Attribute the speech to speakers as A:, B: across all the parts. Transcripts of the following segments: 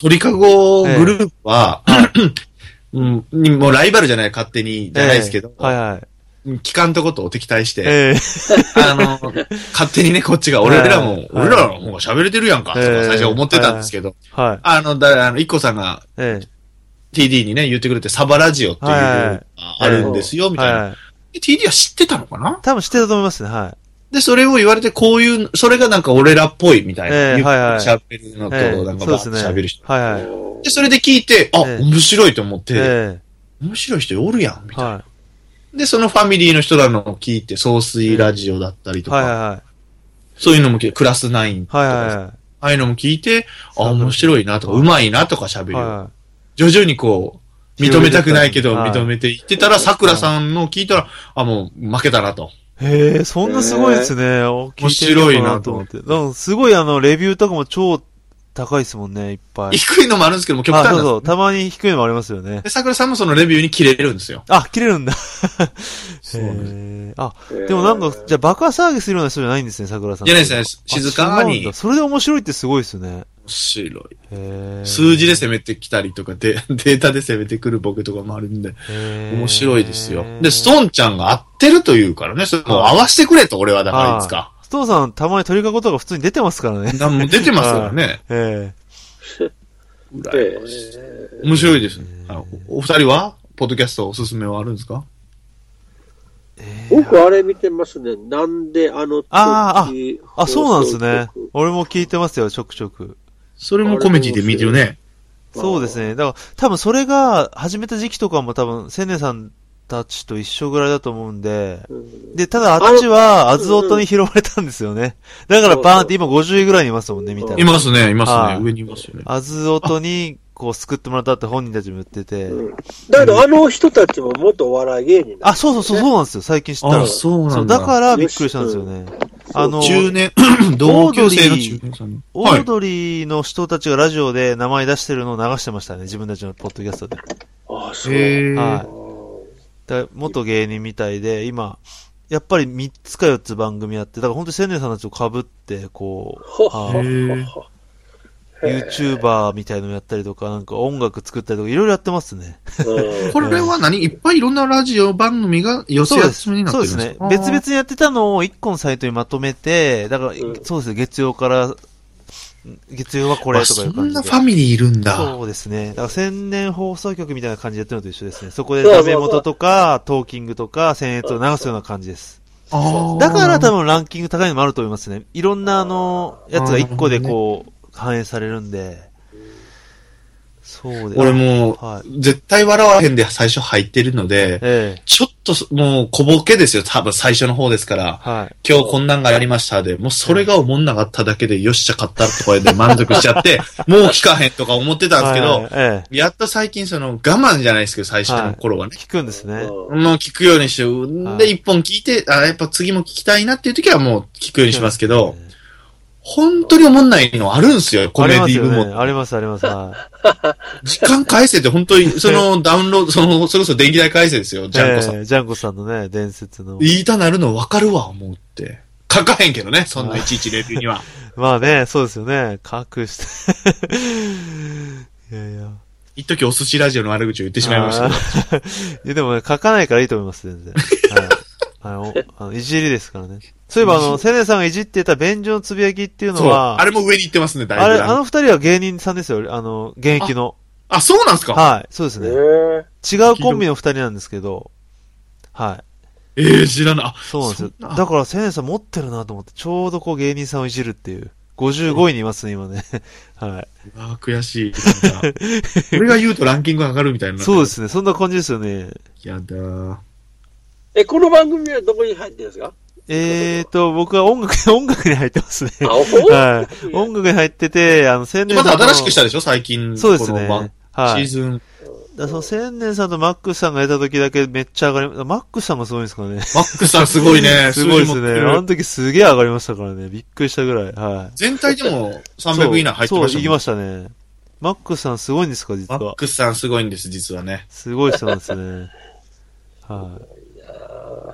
A: 鳥かごグループは、 うん、にもうライバルじゃない、勝手に、じゃないですけど、
B: はいはい。
A: 機関とことを敵対して、
B: ええ
A: あの、勝手にね、こっち が、俺らも、
B: はい
A: 俺らの方が喋れてるやんか、とか
B: ええ
A: 最初思ってたんですけど、
B: はい。
A: あの、だ、あの、一個さんが
B: え
A: TD にね、言ってくれて、サバラジオっていうのがあるんですよ、
B: え
A: みたいな、
B: は
A: で
B: い。
A: TD は知ってたのかな
B: 多分知ってたと思いますね。は
A: で、それを言われて、こういう、それがなんか俺らっぽいみたいな。
B: え
A: ゆ
B: え
A: っくり
B: はいはい
A: 喋るの
B: い。
A: と、
B: ええ
A: なんか
B: そう
A: バ
B: です
A: ー
B: ね。
A: ッと喋る人。
B: はいはい。
A: で、それで聞いて、あ、
B: ええ
A: 面白いと思って、
B: え
A: 面白い人おるやん、み
B: え
A: たいな。
B: は
A: で、そのファミリーの人らのを聞いて、総水ラジオだったり
B: い。
A: とか、
B: はいは
A: そういうのも聞いて、クラスナインと
B: い。
A: か、
B: はいはいは
A: ああいうのも聞いて、あ、
B: そう
A: 面白いなとか、うまいなとか喋る
B: い。
A: よ、
B: は
A: 徐々にこう、認めたくないけど、
B: 広げてっ
A: 認
B: た
A: めていってたら、桜さんの聞いたら、あ、もう負けたなと。
B: い。へえ、そんなすごいですね。面
A: 面白いなと思
B: って。なんかすごいあの、レビューとかも超高いですもんね、いっぱい。
A: 低いのもあるんですけども、極
B: あ、
A: 端なんで
B: そう
A: す
B: そう。たまに低いのもありますよね。
A: で桜さんもそのレビューに切れるんですよ。
B: あ、切れるんだ。
A: そうなんです
B: へえあ、でもなんか、じゃあ爆破騒ぎするような人じゃないんですね、桜さん。
A: じゃないですじゃないです静かに
B: あ違うんだそれで面白いってすごいですね。
A: 面白い。
B: へえ
A: 数字で攻めてきたりとか、で、 データで攻めてくるボケとかもあるんで、
B: へえ
A: 面白いですよ。で、ストーンちゃんが合ってるというからね、それもう合わせてくれと、俺はだからいつか。
B: ストーンさん、たまに鳥かごとか普通に出てますからね。
A: なんも出てますからね。
B: え
A: 羨
C: え
A: ましい
C: え
A: 面白いです。あのおお二人はポッドキャストおすすめはあるんですか
B: えええ
C: 僕、あれ見てますね。なんであの時
B: あー
C: 放
B: あ、
C: 送
B: そうなんですね
C: 局。
B: 俺も聞いてますよ、ちょくちょく。
A: それもコメディで見てるね。
B: そうですね。だから、多分それが始めた時期とかも多分、千年さんたちと一緒ぐらいだと思うんで、
C: うん
B: で、ただ、あっちは、アズオトに拾われたんですよね。だから、バーンって今50位ぐらいにいますもんね、みたい
A: い
B: な。
A: ますね、います
B: は
A: ね。
B: い
A: 上にいますよね。
B: アズオトに、こう、救ってもらったって本人たちも言ってて。
C: うんだけど、あの人たちも元お笑い芸人
B: あ、そうそうそう、そうなんですよ。最近知ったら。そうう、だからびっくりしたんですよね。あの、
A: 中年、同級生の中年さんの。
B: オードリーの人たちがラジオで名前出してるのを流してましたね。自分たちのポッドキャストで。
C: ああ、そう。
A: へ
B: は
A: ー
B: い。だ元芸人みたいで、今、やっぱり3つか4つ番組やって、だから本当に千年さんたちと被って、こう、
C: ほっ
B: は
C: ほ
B: い
C: っほっへー
B: YouTuber みたいのもやったりとか、なんか音楽作ったりとか、いろいろやってますね。
C: ほ。うん
A: これは何いっぱいいろんなラジオ番組が寄せ
B: そうで
A: 集
B: す。
A: めになって
B: そう
A: る
B: で
A: んです
B: す
A: か
B: ね。別々にやってたのを1個のサイトにまとめて、だから、
C: ん
B: そうですね、月曜から、月曜はこ
A: こ
B: れとかいう
A: そ
B: 感
A: ん
B: じで
A: な。ファミリーいるんだ。
B: そうですね。だから千年放送局みたいな感じでやってるのと一緒ですね。そこで
C: そうそう
B: ダ
C: そう
B: メ元とか、トーキングとか、僭越を流すような感じです。
A: あー
B: だから多分ランキング高いのもあると思いますね。いろんなあの、やつが一個でこう、反映されるんで。そうです。
A: 俺も
B: は
A: う、絶対笑わへんで最初入ってるので、
B: ええ。
A: ちょっとそもう小ボケですよ、多分最初の方ですから。
B: はい。
A: 今日こんなんがやりましたで、もうそれがおもんなかっただけで、よっしゃ、買ったとかで満足しちゃ って、もう聞かへんとか思ってたんですけ
B: はい
A: ど、
B: ええ。
A: やっと最近その我慢じゃないですけど、最初の頃はね。
B: 聞くんですね。
A: もう聞くようにして、うん
B: は
A: で、
B: い
A: 一本聞いて、あ、やっぱ次も聞きたいなっていう時はもう聞くようにしますけど、本当に思んないのあるんですよ、コ
B: あ
A: メ
B: り
A: デ
B: ま
A: ィ
B: す
A: 部
B: よ
A: 門。
B: ね。あります、あります。はい
A: 時間返せって本当に、そ のダウンロード、その、それこそ電気代返せですよ、 ジャンコさん。
B: ええジャンコさんのね、伝説の。
A: 言いたなるの分かるわ、思うって。書かへんけどね、そんないちいちレビューには。
B: まあね、そうですよね。隠して。 いやいや。
A: 一時お寿司ラジオの悪口を言ってしまいましたけど。
B: あー いや、でもね、書かないからいいと思います、全然。はい。あの、あのいじりですからね。そういえば、あの、セネさんがいじってた便所のつぶやきっていうの
A: そう。
B: は、
A: あれも上に行ってますね、だ
B: あ
A: い
B: れ、
A: ぶ。
B: あ
A: あ
B: の二人は芸人さんですよ、あの、現役の。
A: あ、そうなんですか
B: はい、そうです
C: へ
B: ね。
C: え。
B: 違うコンビの二人なんですけど、はい。
A: ええ、知らない。あ、
B: そうなんですよ
A: そん。な
B: だから、セネさん持ってるなと思って、ちょうどこう芸人さんをいじるっていう。55位にいますね、今ね。はい。
A: あ悔しい。なん か俺が言うとランキング上がるみたいにな。
B: そうで。すね、そんな感じですよね。
A: やだー
C: え、この番組はどこに入ってるんですか
B: えーと、僕は音楽、音楽に入ってますね。
C: あお
B: はい。 音楽に入ってて、あの、千年
A: ま
B: さん
A: た
B: の。
A: 新しくしたでしょ最近。
B: そうですね
A: この番。
B: はい。
A: シーズン。
B: だからその千年さんとマックスさんがやった時だけめっちゃ上がり、マックスさんがすごいんですかね。。
A: マックさんすごいね
B: すごい
A: 数
B: で
A: 字
B: す
A: 持
B: ね。
A: っ
B: あ
A: てる
B: の時すげえ上がりましたからね。びっくりしたぐらい。はい。
A: 全体でも300以内入ってま
B: そう、
A: した
B: 行き
A: もん
B: ましたね。マックスさんすごいんですか、実
A: マッ
B: は。
A: クさんすごいんです、実はね。
B: すごい人なんですね。はい。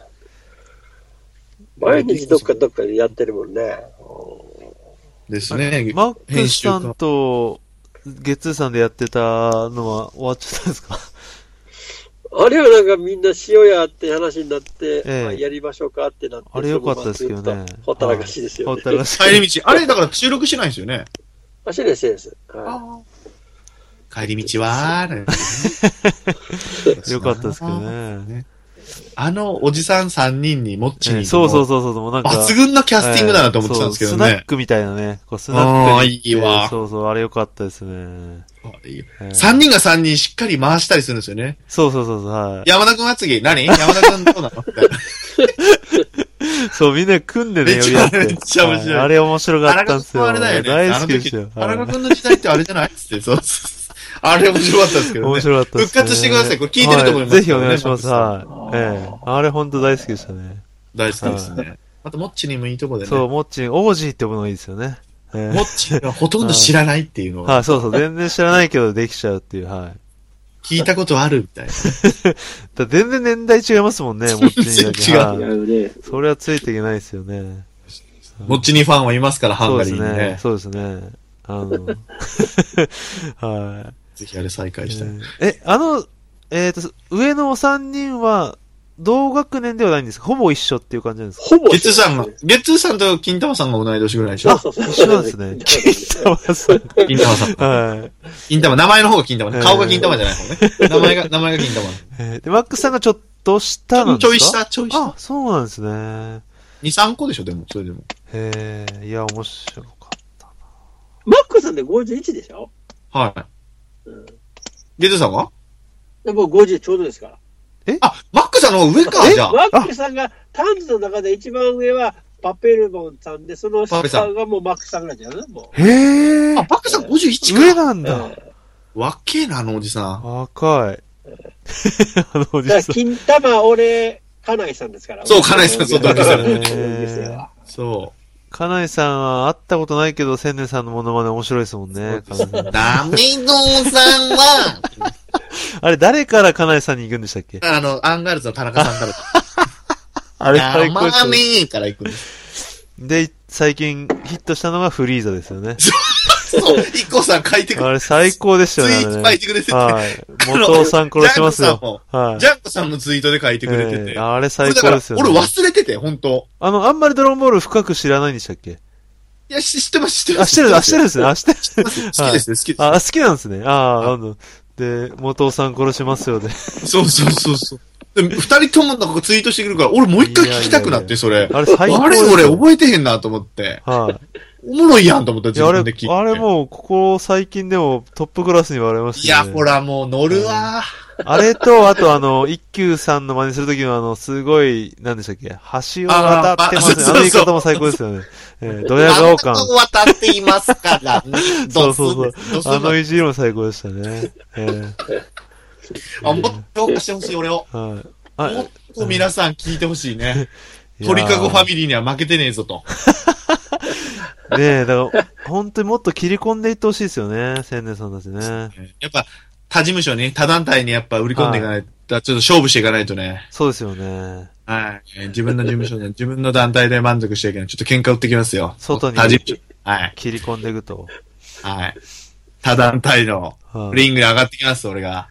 C: 毎日どっかどっかでやってるもんね。
A: ですね。
B: マック
A: 編
B: ス
A: 集
B: さ
A: 家
B: んと、月通さんでやってたのは終わっちゃったんですか
C: あれはなんかみんな塩やって話になって、
B: ええ
C: まあやりましょうかってなって。
B: あれ良かったですけどね
C: ずっとほったらかしです
B: ほ
C: よ
B: っ
C: ね。
B: たらかしい。
A: 帰り道。あれ、だから収録しないんですよね。
C: あ、してないしてないです。は
A: 帰り道は
B: 良かったですけど。ね。
A: あのおじさん3人にもっち
B: ええ
A: に。
B: そうそう
A: そ
B: そうそう、もうなんか。
A: 抜群のキャスティングだなと思ってたんですけど
B: そうスナッ
A: ね。
B: クみたいなね。こうスナック
A: ああ、
B: に。
A: いいわ。
B: そうそう、あれ良かったですね。ええ
A: 3人が3人しっかり回したりするんですよね。
B: そうそうそうそう、はい。
A: 山田君は次、何山田君どうな のみたいな
B: そう、みんな組んでね、
A: めっ
B: よ
A: ちゃ
B: りやって。
A: めっちゃ面白い
B: はあれ面白か
A: 荒
B: った
A: 川
B: んです
A: 君は
B: よ。
A: あれだよね。
B: 大好きですよ。
A: あの時荒川
B: は
A: 君の時代ってあれじゃないっつって、そうそうそうあれ面白かったですけ
B: い
A: ど
B: 面
A: ね。
B: 白かったですね。
A: 復活してくださいこれ聞いてると思います
B: はぜひお願いします。
A: ね
B: はい。ええ。あれ本当大好きでしたね。
A: 大好きですね。あと、もっちにもいいとこでね。
B: そう、モッチー、オージーって呼ぶのがいいですよね。ええ
A: もっちがほとんど知らないっていうの
B: は
A: を
B: い、そうそう、全然知らないけどできちゃうっていう、はい。
A: 聞いたことあるみたいな。
B: だから全然年代違いますもんね、モッチーだけ。
A: 全
C: い。
B: はい
C: 違うね。
B: それはついていけないですよね。
A: もっちにファンはいますから、ハン
B: そう
A: ガ
B: で
A: リー
B: す
A: に
B: ね
A: ね。。
B: そうですね。あの、 はい。
A: ぜひあれ再開したい。
B: え、あの、えっ、と、上のお三人は、同学年ではないんですかほぼ一緒っていう感じなんですか
C: ほぼ。
A: ゲッツーさんが、ゲッツーさんと金玉さんが同い年ぐらいでし
C: そう
A: ょ
C: そうそう。
B: 一緒なんで すね。金玉さん。
A: 金玉さん。
B: はい。
A: 金玉、名前の方が金玉
B: え
A: ね。
B: ー
A: 顔が金玉じゃない方ね。名前が、名前が金
B: えーで、マックスさんがちょっと下なん
A: 玉。
B: で
A: ち
B: すか
A: ょい下、ちょい下
B: あ。、そうなんですね。
A: 2、3個でしょ、でも、それでも。
B: へえ、いや、面白かっ
C: マックさんで51でしょ
A: はい
C: うん。
A: ゲッツーさんは
C: でもう50ちょうどですから。
A: あ、マックさんの方が上か、じゃあ。
C: マックさんが、タンズの中で一番上はパペルボンさんで、その
A: パペさ
C: 下
A: ん
C: がもうマックさんぐらいじゃないも
B: た。へえ
A: あ、マックさん51
B: 上
A: か。
B: なん
C: う。
B: だ。
C: だ
A: 若えな、あのおじさん。
B: 若い。 あのおじ
C: から、
B: さん。
C: 金玉、俺、カナイさんですから。
A: そうカナイさんそう同級生
C: 同級生は
A: そ
B: かなえさんは会ったことないけど、千年さんのモノマネ面白いですもんね。
A: そ
B: かなえさん
A: う。ダメドーさんは、
B: あれ、誰からかなえさんに行くんでしたっけ
A: あの、アンガールズの田中さんから。
B: あれから
A: ダ
B: 行こう
A: マ
B: として
A: メーから行くんです。
B: で、最近ヒットしたのがフリーザです よね。
A: そう、一個さん書いてく
B: あ
A: れ
B: れ最高でした
A: ツ
B: よね。
A: イート書いてくれてて。
B: はい。元尾さん殺しま す
A: ジャンクさん
B: よ。
A: も、
B: はい。
A: ジャンクさんのツイートで書いてくれてて。
B: えーあれ最
A: 俺だ
B: 高
A: から
B: ですよ、ね。
A: 俺忘れてて、本当
B: あの、あんまりドラゴンボール深く知らないんでしたっけ
A: いや、し知ってます、知ってま
B: あ、
A: す。
B: してる、あ、してるんですね。あ、してる。
A: 知ってます。好きですね、好きで
B: あ、好きなんですね。ああ、なんだ。で、元尾さん殺しますよね。
A: す。そうそうそうそう。で、二人ともなんかツイートしてくるから、俺もう一回聞きたくなって、それ。
B: あれ最高
A: あれ
B: ですよ
A: 俺覚えてへんなと思って。
B: は
A: おもろいやんと思った、
B: い。い
A: 自
B: やあれ、
A: 分で聞いて。
B: あれもう、ここ最近でもトップクラスに言われまし
A: い
B: た
A: や、
B: ね。
A: ほ。ら、もう乗るわ
B: あれと、あとあの、一休さんの真似するときのあの、すごい、なんでしたっけ橋を渡ってますね。
A: あーま
B: あ
A: あ
B: の言い方も最高ですよね。えー、ドヤ
A: あ
B: 顔
A: んた
B: 感。
A: と渡っていますから、ね、
B: そうそうそう
A: ドスン
B: あの
A: ド
B: いじりも最高でしたね。えー
A: スンあ、もっと評価してほしい、俺を。
B: はい。
A: も
B: あ
A: っと皆さん聞いてほしいね。
B: いやー
A: 鳥かごファミリーには負けてねえぞ と。
B: ねえ、だから、本当にもっと切り込んでいってほしいですよね、千年さんたちね。
A: やっぱ、他事務所に、他団体にやっぱ売り込んでいかないと、ちょっと勝負していかないとね。
B: そうですよね。
A: はい。自分の事務所に、 自分の団体で満足していけない。ちょっと喧嘩売ってきますよ。
B: 外に
A: 他事務所。はい。
B: 切り込んでいくと。
A: はい。他団体の
B: はい
A: リングに上がってきます、俺が。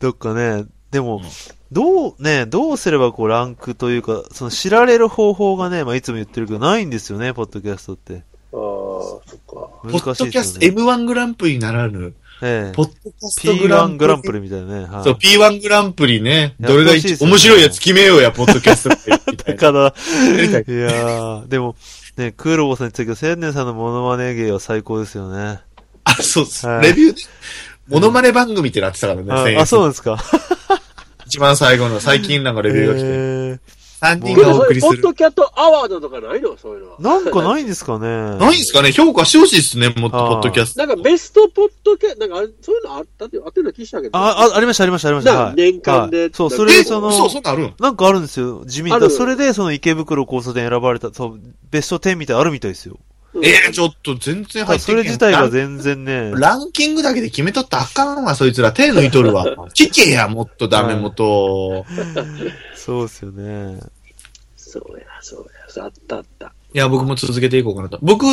B: どっかね、でも
A: ん、
B: どう、ね、どうすればこう、ランクというか、その知られる方法がね、まあ、いつも言ってるけど、ないんですよね、ポッドキャストって。
C: ああ、そっか。
A: ポ
B: 難
A: ッ
B: しい
A: ドキャ
B: で
A: ス
B: す
A: ト
B: よね。
A: M1 グランプリならぬ、
B: ええ
A: ポッドキャストグラン
B: P1
A: プ
B: グ
A: リ
B: ラ。ンプリみたいなね。はい
A: そう、P1 グランプリね。
B: や
A: どれが
B: やってほしいで
A: 一
B: すよね
A: 面白いやつ決めようや、ポッドキャ ストみたい
B: だ
A: な。
B: から、
A: りたい
B: いやー、でも、ね、クールボーさんに言ってたけど、千年さんのモノマネ芸は最高ですよね。
A: あ、そうです。
B: はい
A: レビューね。モノマネ番組ってなってたからね、先
B: あ
A: 月
B: あ、そうなんですか。
A: 一番最後の最近なんかレビューが来て。
B: え
A: 3人
B: 今
A: がお送り
C: ポ
A: す
C: ッ
A: る。
C: ドキャットアワードとかないのそういうのは
B: ー。なんかないんですかね。
A: ないんすかね評価してほしいですね、もっと
B: あー
A: ポッドキャスト。
C: なんかベストポッドキャなんかあれそういうのあったって、あってるの気したけど。
B: あ、あ、ありました、ありました、ありまし
C: な
B: た。はい
C: 年間で
B: はいそう、
C: なんか
B: それ
A: え、
B: で
A: そ、
B: そうの、
A: そんなんあるん
B: なんかあるんですよ。地味
C: あ
B: に。
C: る
B: それで、その池袋高卒で選ばれた、そう、ベスト10みたいなのあるみたいですよ。
C: うん
A: えー、ちょっと全然
B: だか
A: 入
B: ら
A: ってけ
B: そ
A: へん
B: れ自体が全然ね。
A: ランキングだけで決めとったらあかんわ、そいつら。手抜いとる わ。聞けや、もっとダメ元。
B: そうですよね。
C: そうや、そうや、そうあったあった。
A: いや、僕も続けていこうかなと。僕、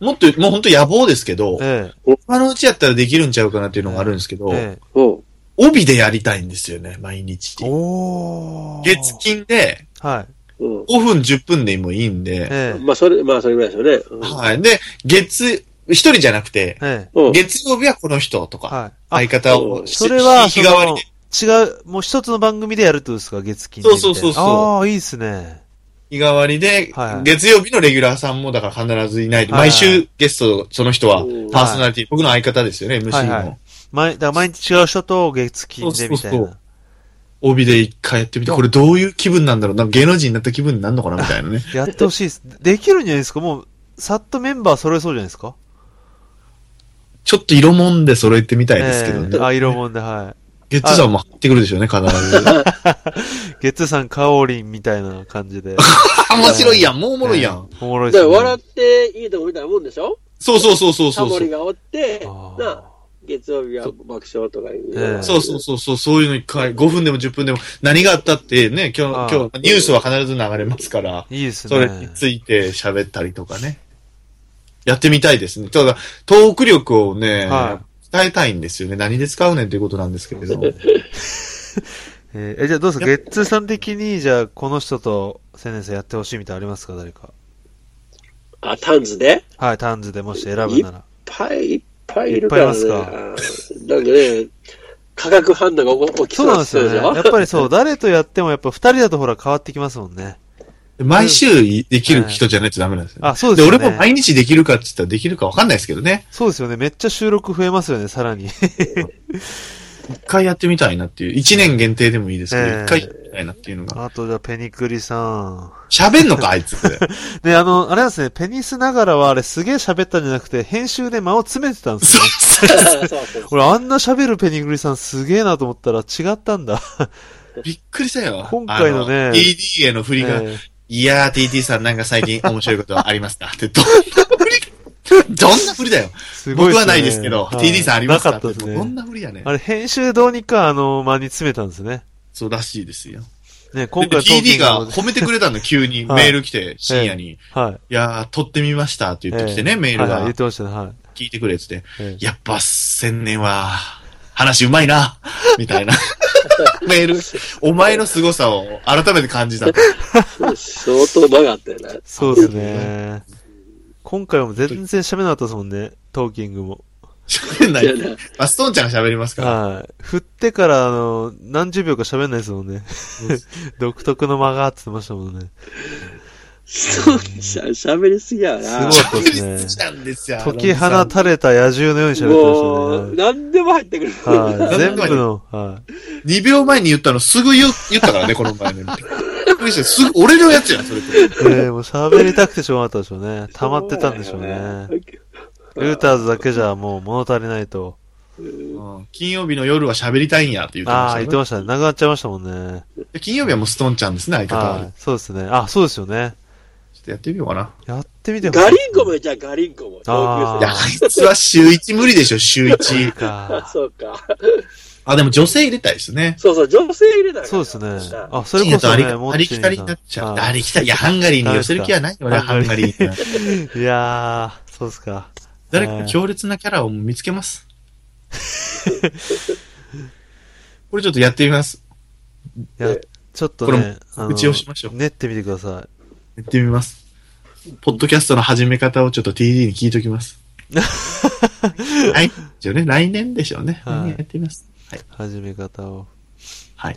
A: もっと、もう本当野望ですけど、
B: え
A: 他のうちやったらできるんちゃうかなっていうのがあるんですけ
B: え
A: ど、
B: え
C: うん。
A: 帯でやりたいんですよね、毎日
B: え。。おー
A: 月金で
B: はい。
C: う
A: 5分10分でもいいんで、
B: え
C: ん。まあ、それ、まあ、それぐらいですよね。うん
A: はい。で、月、一人じゃなくて
B: え、ええ
C: うん。
A: 月曜日はこの人とか、
B: はい。あ
A: 相方をし
B: それは、
A: 日
B: そ
A: 替わり
B: の
A: で、、
B: 違う、もう一つの番組でやるってことですか、月金で
A: そうそうそうそう
B: ああ、いいですね。
A: 日替わりで
B: はいはい、
A: 月曜日のレギュラーさんもだから必ずいないと、
B: はいはい
A: 毎週ゲスト、その人は
C: うん
A: パーソナリティ、僕の相方ですよね、
B: はい
A: MC
B: は
A: の
B: い。毎、だから毎日違う人と月金でみたい
A: そうそう
B: な。
A: 帯で一回やってみて、これどういう気分なんだろうなんか芸能人になった気分になるのかなみたいなね。
B: やってほしいです。できるんじゃないですかもう、さっとメンバー揃えそうじゃないですか
A: ちょっと色もんで揃えてみたいですけど
B: ええあ、
A: ね。
B: 色もんで、は
A: ゲッツさんも入ってくるでしょうね、必ず。
B: い。月さん、カオリンみたいな感じで。
A: あ面白いやん、もうおもろいやん。
B: ええ。おもろい
C: だ
B: で
C: か
B: す
C: ら
B: ね。
C: 笑っていいとこみたいなもんでしょ
A: そうそうそうそう
C: タ
A: そう
C: モ
A: そ
C: リ
A: う。
C: がおって、
B: あ
C: なあ、月曜日は爆笑とかいう
B: ええ。
A: そうそうそうそう、そういうの一回、5分でも10分でも、何があったってね、今
B: ああ
A: 日、今日、ニュースは必ず流れますから、
B: あいいですね。
A: それについて喋ったりとかね。やってみたいですね。ただ、トーク力をね、
B: は
A: 伝えたいんですよね。何で使うねんっていうことなんですけれども。
B: えーえ、じゃあどうですかゲッツーさん的に、じゃあこの人と千年生やってほしいみたいなのありますか誰か。
C: あ、タンズでいっ
B: はい、ターンズでもし選ぶなら。
C: ぱいいっぱいいるからね。
B: いっぱいい
C: うんなんかね、化学反応が起こ起き
B: そ
C: そうう
B: なんですよね。
C: でしょ
B: やっぱりそう、誰とやってもやっぱ二人だとほら変わってきますもんね。
A: 毎週いできる人じゃないとダメなんですよね。
B: あ、そう
A: で、
B: ですよね。
A: 俺も毎日できるかって言ったらできるかわかんないですけどね。
B: そうですよね。めっちゃ収録増えますよね、さらに。
A: 一回やってみたいなっていう。一年限定でもいいですけど、
B: ええ
A: 一回やってみたいなっていうのが。
B: あと、じゃあペニクリさ
A: 喋んのか、あい つ。
B: ん。で、あの、あれなんですね、ペニスながらはあれすげえ喋ったんじゃなくて、編集で間を詰めてたんですよね。
C: そうそうそう。
B: 俺あんな喋るペニクリさんすげえなと思ったら違ったんだ。
A: びっくりしたよ。
B: 今回のね
A: あ TD への振りが、
B: えー
A: いやー、TT さんなんか最近面白いことはありますかって、どんな振 り、どんな振りだよ。
B: すごいっすね
A: 僕はないですけど、TD さんありますか
B: なかっ
A: っ
B: たで
A: て、
B: す
A: も
B: ね
A: うどんな振りやねん
B: あ。れ、編集でどうにか、あの、間に詰めたんですね。
A: そうらしいですよ。
B: ね、今
A: で
B: 回
A: TD
B: ト
A: が
B: ーキング
A: 褒めてくれ たの、急に
B: はい
A: メール来て、深夜に。
B: のはい。
A: いやー、撮ってみましたって言ってきて
B: え
A: ね、
B: え
A: メール
B: はいはい言
A: が
B: っ。てましたね、はい。
A: 聞いてくれって言って。
B: ええ
A: やっぱ、千年は、話うまいな、みたいな。 メール、お前の凄さを改めて感じ た。
C: 相当長かったよね。
B: そうですね。今回も全然喋らなかったですもんね、トーキングも。
A: 喋んない
C: いやね。
A: まあ、ストーンちゃんが喋りますから。
B: はい。振ってから、あの、何十秒か喋んないですもんね。 独特の間がって言ってましたもんね。
C: そう、しゃ、喋りすぎやな。
B: すごいですね
A: なんですよ。
B: 解き放たれた野獣のように喋
C: も
B: って
C: う、
B: まし
C: 何でも入ってくる。
B: たね。はい。
A: い
B: 全部の、は
A: 2秒前に言ったのすぐ言う言った からね、この前ね。びっくりしたすぐ、俺のやつやん、それって。
B: い。ええもう喋りたくてしょうがなかったでしょうね。溜まってたんでしょうね。。ルーターズだけじゃもう物足りないと。
A: うん金曜日の夜は喋りたいんやって言って
B: あ
A: ま
B: あ、
A: し
B: 言って
A: たね
B: ましたね。なくなっちゃいましたもんね。
A: で。金曜日はもうストーンちゃんですね、相方は。
B: はい。そうですね。あ、そうですよね。
A: ちょっとやってみようかな。
B: やってみて
C: ガリンコもいいじゃん、ガリンコも。
B: あー
A: いや、あいつは週1無理でしょ、週1。
C: あ
B: か。
C: そうか。
A: あ、でも女性入れたいですね。
C: そうそう、女性入れたから
B: そうですね。
C: あ、
B: あ、それこそ
A: あり
B: ね、
A: ありきたりになっちゃう。ありきたり。いや、ハンガリーに寄せる気はないよね、ハ
B: ハン
A: ン
B: ガ
A: ガ
B: リ
A: リーには。
B: いやー、そうですか。
A: 誰か強烈なキャラを見つけ ます。これちょっとやってみます。
B: いや、ちょっと
A: これ
B: ね
A: も、告知をしましょう
B: 練ってみてくださ
A: やってみます。ポッドキャストの始め方をちょっと TD に聞いとき ます。はい。じゃあね、来年でしょうね。
B: はい
A: 来年やってみます。はい
B: い。。始め方を。
A: はい。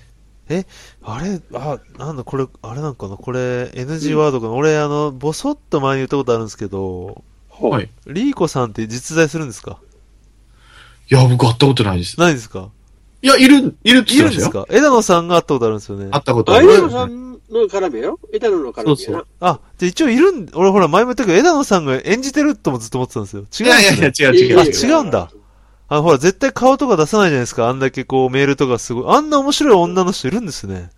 B: あれ、あ、なんだ、これ、あれなんかな、これ、NG ワードかな。俺、あの、ぼそっと前に言ったことあるんですけど、
A: はい。い
B: リーコさんって実在するんですか
A: や、僕会ったことないです。
B: ないんですか
A: いや、いる、いるって
B: い
A: 言
B: る
A: ってま
B: んで
A: し
B: す
A: たよ。
B: か枝野さんが会ったことあるんですよね。
A: 会ったこと
C: ア
A: あ
C: イ
A: る。
C: ドルさんの絡みやろエタノの絡みやな。
A: そうそう
B: あ、じゃあ一応いるん、俺ほら前も言ったけど、枝野さんが演じてるともずっと思ってたんですよ。違うんです
A: い
B: ね
A: やいやいや、違う
C: い
A: 違
C: や
A: う
B: あ、
A: 違う。
B: 違うんだ。あの、ほら、絶対顔とか出さないじゃないですか。あんだけこう、メールとかすごい。あんな面白い女の人いるんですね。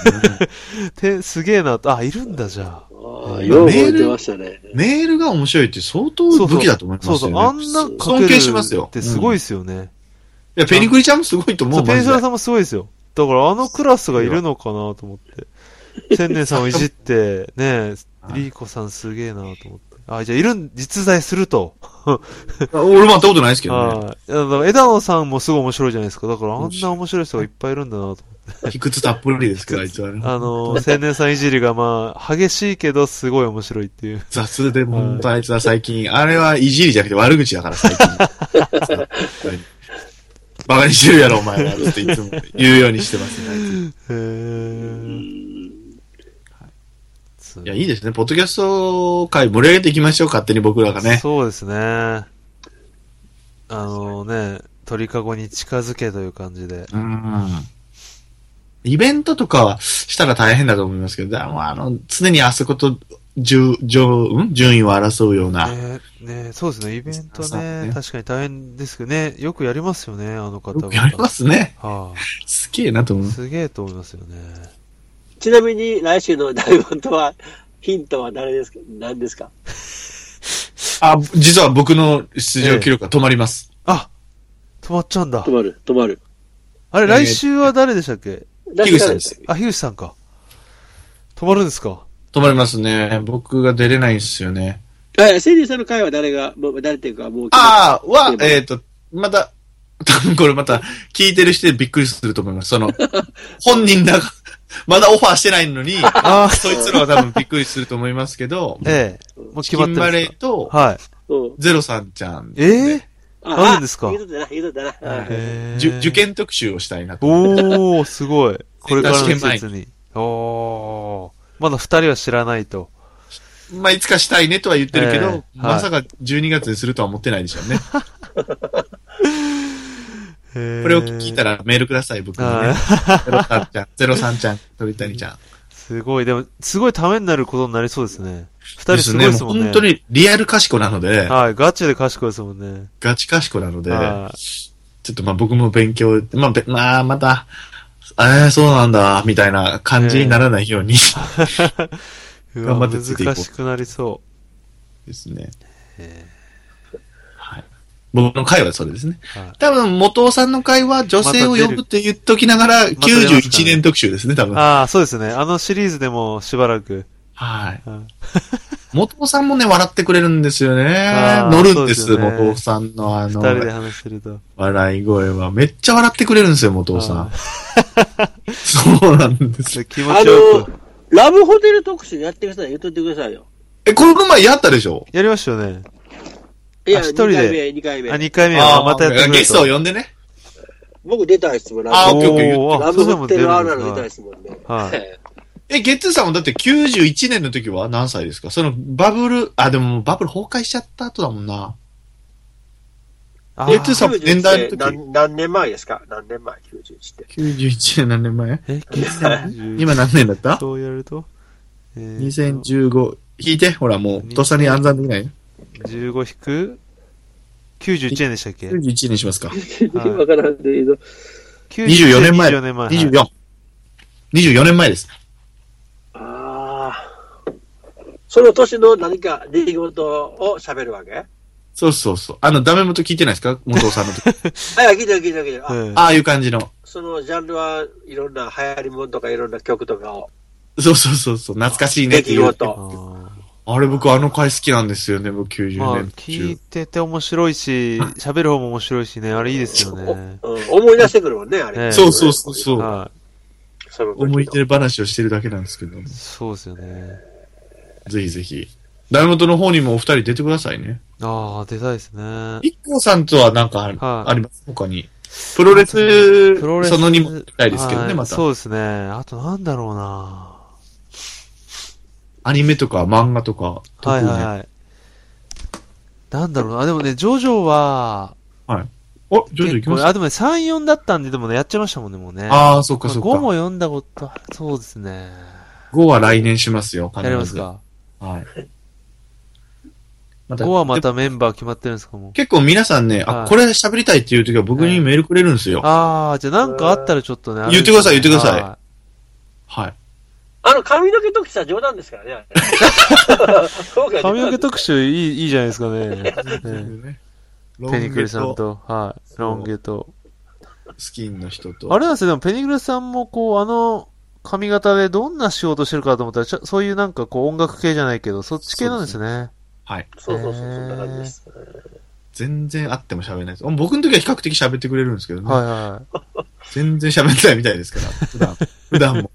B: て、すげえなと。あ、いるんだ、じゃあ。
C: ああ、よう覚えてましたね。
A: メールが面白いって相当武器だと思います
B: そ
A: よ
B: う
A: ね。
B: そう。あんな書ける
A: 尊敬しますよ
B: ってすごいですよね。
A: いや、ペニクリちゃんもすごいと思、
B: そうう、ペ
A: マ
B: ン
A: ジ
B: シ
A: で
B: ョンさんもすごいですよ。だからあのクラスがいるのかな と思って。千年さんをいじって、ねえ
A: は、い
B: リーコさんすげえなと思って。あ、じゃあ、いるん、実在すると。
A: あ俺も会ったことないですけどね。
B: はいいや。だから枝野さんもすごい面白いじゃないですか。だから、あん
A: 面
B: な
A: 白い
B: 面白い人がいっぱいいるんだなと。
A: 卑屈たっぷりですけど、あいつはね。
B: あの、青年さんいじりが、まあ、激しいけど、すごい面白いっていう。
A: 雑で、もう本当あいつは最近、あれはいじりじゃなくて悪口だから、最 近。バカにしてるやろ、お前は。っていつも言うようにしてますねあいつ。
B: へー
C: うん
B: つ
A: いや、いいですね。ポッドキャスト界盛り上げていきましょう、勝手に僕らがね。
B: そうですね。あのね、鳥かごに近づけという感じで。
A: うん。イベントとかはしたら大変だと思いますけど、でもあの、常にあそこと、順、順、ん順位を争うような。
B: ねねそうですね、イベント
A: そうです
B: ね、
A: ね
B: 確かに大変ですけどね、よくやりますよね、あの方
A: よくやりますね。
B: は
A: すげえなと思
B: あ、
A: う。
B: すげえと思いますよね。
C: ちなみに来週の大本とは、ヒントは誰ですか何ですか
A: あ、実は僕の出場記録が止まります。
B: あ止まっちゃうんだ
C: 止。まる、止まる。
B: あれ、
A: えー
B: 来週は誰でしたっけ
A: 樋口さんです。。
B: あ、樋口さんか。止まるんですか
A: 止まりますね。僕が出れないんですよね。
C: え、千里さんの会は誰が、もう誰っていうか、もう、
A: ああ、は
C: で、も
A: えっ、と、また、 多分これまた、聞いてる人でびっくりすると思います。 その、本人だが、まだオファーしてないの に、
B: あ
A: そいつらは多分びっくりすると思いますけ ど、
B: ええ。もう
A: チ
B: 決
A: キ
B: まって
A: ンバ
B: るん
A: レ
B: です
A: ーと、
B: かはい。
C: うん。
A: ゼロさんちゃん、
B: ええあるんですか
C: 言うとったな、言うとったな。
A: はい
C: はい
A: じゅ受。験特集をしたいなと。
B: おー、すごい。これからの季
A: 試験前
B: 節に。おー。まだ二人は知らないと。
A: まあ、いつかしたいねとは言ってるけど、
B: ええはい
A: まさか12月にするとは思ってないでしょうね。
B: こ
A: これを聞いたらメールください、僕に ね。ゼロさんちゃん、ゼロさんちゃん、鳥谷ちゃん。
B: すごい、でも、すごいためになることになりそうですね。二人
A: です
B: すごい
A: ね。
B: で
A: もう
B: すもんね。
A: 本当。にリアル賢なので、
B: はい、ガチで賢いですもんね。
A: ガチ賢なので、
B: はい
A: ちょっとまあ僕も勉強、まあ、べまあ、また、えー、そうなんだ、みたいな感じにならないように
B: うわ
A: 頑張ってついていこう
B: 難しくなりそ
A: ですね。
B: う。え
A: はい。僕の会はそれですね。
B: ーはい
A: 多分、元尾さんの会は女性を呼ぶって言っときながら、
B: また出る
A: 91年特集ですね、多分。
B: ああ、そうですね。あのシリーズでもしばらく。
A: はい。
B: はい
A: 元尾さんもね、笑ってくれるんですよね
B: あ。ー
A: 乗るんで
B: そ
A: す、
B: うですよね
A: 元尾さんのあ
B: 二
A: の、
B: 人で話してると。
A: 笑い声は。めっちゃ笑ってくれるんですよ、元尾さん。そうなんですよ。
B: で気持
C: あ
B: ちよ
C: の
B: く。、
C: ラブホテル特集やってください。言っといてくださいよ。
A: え、この前やったでしょ
B: やりましたよね。
C: いや、
B: あ一
C: 2
B: 人で
C: 回目、2回
B: あ、
C: 目。
B: 二回目はまたやってくれ
A: あ
B: る
A: ー
B: と。
A: ゲストを呼んでね。
C: 僕出たいですもん、ラ
A: あ
C: ブ
A: オッケーオッケー
B: おー
C: ラブホテルあるある出たい
B: で
C: ですすもんね。。
B: はい
A: え、ゲッツーさんもだって91年の時は何歳ですかそのバブル、あ、でもバブル崩壊しちゃった後だもんな。
B: か
A: ゲッツー
B: あー
A: さん年代の時
C: 何何年前ですか何年前、91って。
A: 91年何年前
B: え、ゲスト
A: 今何年だった
B: そうやると。えーと
A: ?2015。引いて、ほらもう、とっさに暗算できない
B: 15引く ?91 円でしたっけ
A: ?91 にしますか。
B: はい
C: わからんけど、
A: 24年前。
B: 24年前。はい
A: 24。24年前です。
C: ああ、その年の何か出来事を喋るわけ
A: そうそうそう。あの、ダメ元聞いてないですか元尾さんの 時。
C: あ、いや、聞いてる聞いてる聞いてる。あ
B: うん
A: ああいう感じの。
C: そのジャンルはいろんな流行りもんとかいろんな曲とかを。
A: そうそうそうそう。懐かしいねっ
C: 出
A: てい
C: 来
A: う。
B: あ
C: 事。
B: ー
A: あれ僕あの回好きなんですよね、僕90年
B: まあ、
A: 中。
B: 聞いてて面白いし、喋る方も面白いしね、あれいいですよね。
C: うん思い出してくるもんね、あ
B: ええ
C: れ。
A: そうそうそうそう。
B: は
C: その時の
A: 思い出話をしてるだけなんですけど、
B: い。そうですよね。
A: ぜひぜひ。ダメ元の方にもお二人出てくださいね。
B: ああ、出たいですね。
A: 一光さんとはなんかあ,、
B: はい
A: あります他に。プロレス、
B: プロレス
A: そのにも行きたいですけど
B: は
A: ね、
B: い
A: また
B: そ。うですね。あとなんだろうな。
A: アニメとか漫画とか、特
B: はい
A: にね。
B: はいはい。なんだろうな。あでもね、ジョジョは、
A: お、ジョジョ行き
B: 結
A: ま
B: 構
A: す
B: あ、でもね、3、4だったんで、でもね、やっちゃいましたもんね、もうね。
A: ああー、そっか
B: まあ
A: そっ
B: 5も
A: か。
B: 読んだこと、そうですね。
A: 5は来年しますよ、必ず
B: やります。か。
A: はい。ま
B: 5はま
A: で
B: たメンバー決まってるんですかもう。
A: 結構皆さんね、
B: は
A: あ、
B: い
A: これ喋りたいっていう時は僕にメールくれるんですよ。
B: ああ、じゃあなんかあったらちょっとね。あれ
A: 言ってください言ってください
B: は
A: はい。
C: あの、髪の毛特集は冗談ですからねあれ。今回
B: 髪の毛特集いい、いいじゃない ですかね。ね
A: ロ
B: ペニ
A: ン
B: ク
A: グ
B: ルさん
A: と
B: と、はい。ロン毛と。
A: スキンの人と。
B: あれなんですよ、でもペニクルさんもこう、あの、髪型でどんな仕事してるかと思ったら、ちょそういうなんかこう音楽系じゃないけど、そっち系なんですね。
A: はい。
C: そうそうそう、そんな感じです。
A: 全然会っても喋れないです。僕の時は比較的喋ってくれるんですけどね。
B: はいはい。
A: 全然喋ってないみたいですから、普 段。普段も。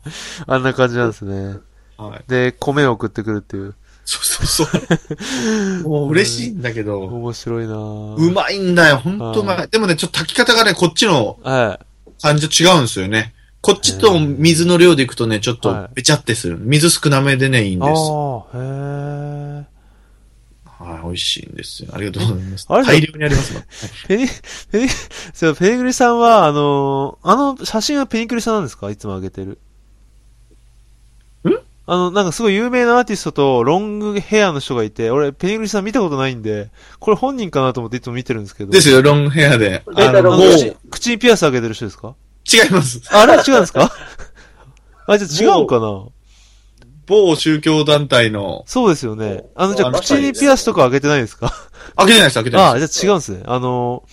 B: あんな感じなんですね。
A: はい。
B: で、米を送ってくるっていう。
A: そうそう そう。もう嬉しいんだけど、
B: 面白いなぁ
A: うまいんだよ、ほんとうま。
B: はい
A: でもね、ちょっと炊き方がね、こっちの
B: は
A: 感じと違うんですよね。こっちと水の量でいくとね、ちょっとべちゃってする。水少なめでね、いいんです。
B: い。ああ、へえ。
A: はい、美味しいんですよ。ありがとうございます。
B: あれ
A: 大量にありますもん。
B: ペニ、ペニ、そう、ペニグリさんは、あの、あの写真はペニグリさんなんですかいつも上げてる。
A: ん
B: あの、なんかすごい有名なアーティストとロングヘアの人がいて、俺、ペニグリさん見たことないんで、これ本人かなと思っていつも見てるんですけど。
A: ですよ、ロングヘアで。
C: 大
A: あ
C: 体
A: の、
B: あ
A: も
B: の
A: う、
B: 口口にピアス上げてる人ですか
A: 違います。
B: あれ違うんですかあ、じゃあ違うかな
A: 某宗教団体の、
B: そうですよね。あの、じゃあ
A: あの
B: 口にピアスとか上げてないですか
A: 開けてないです、開けてない
B: あ
A: で
B: あ、じゃあ違うんですね。あの、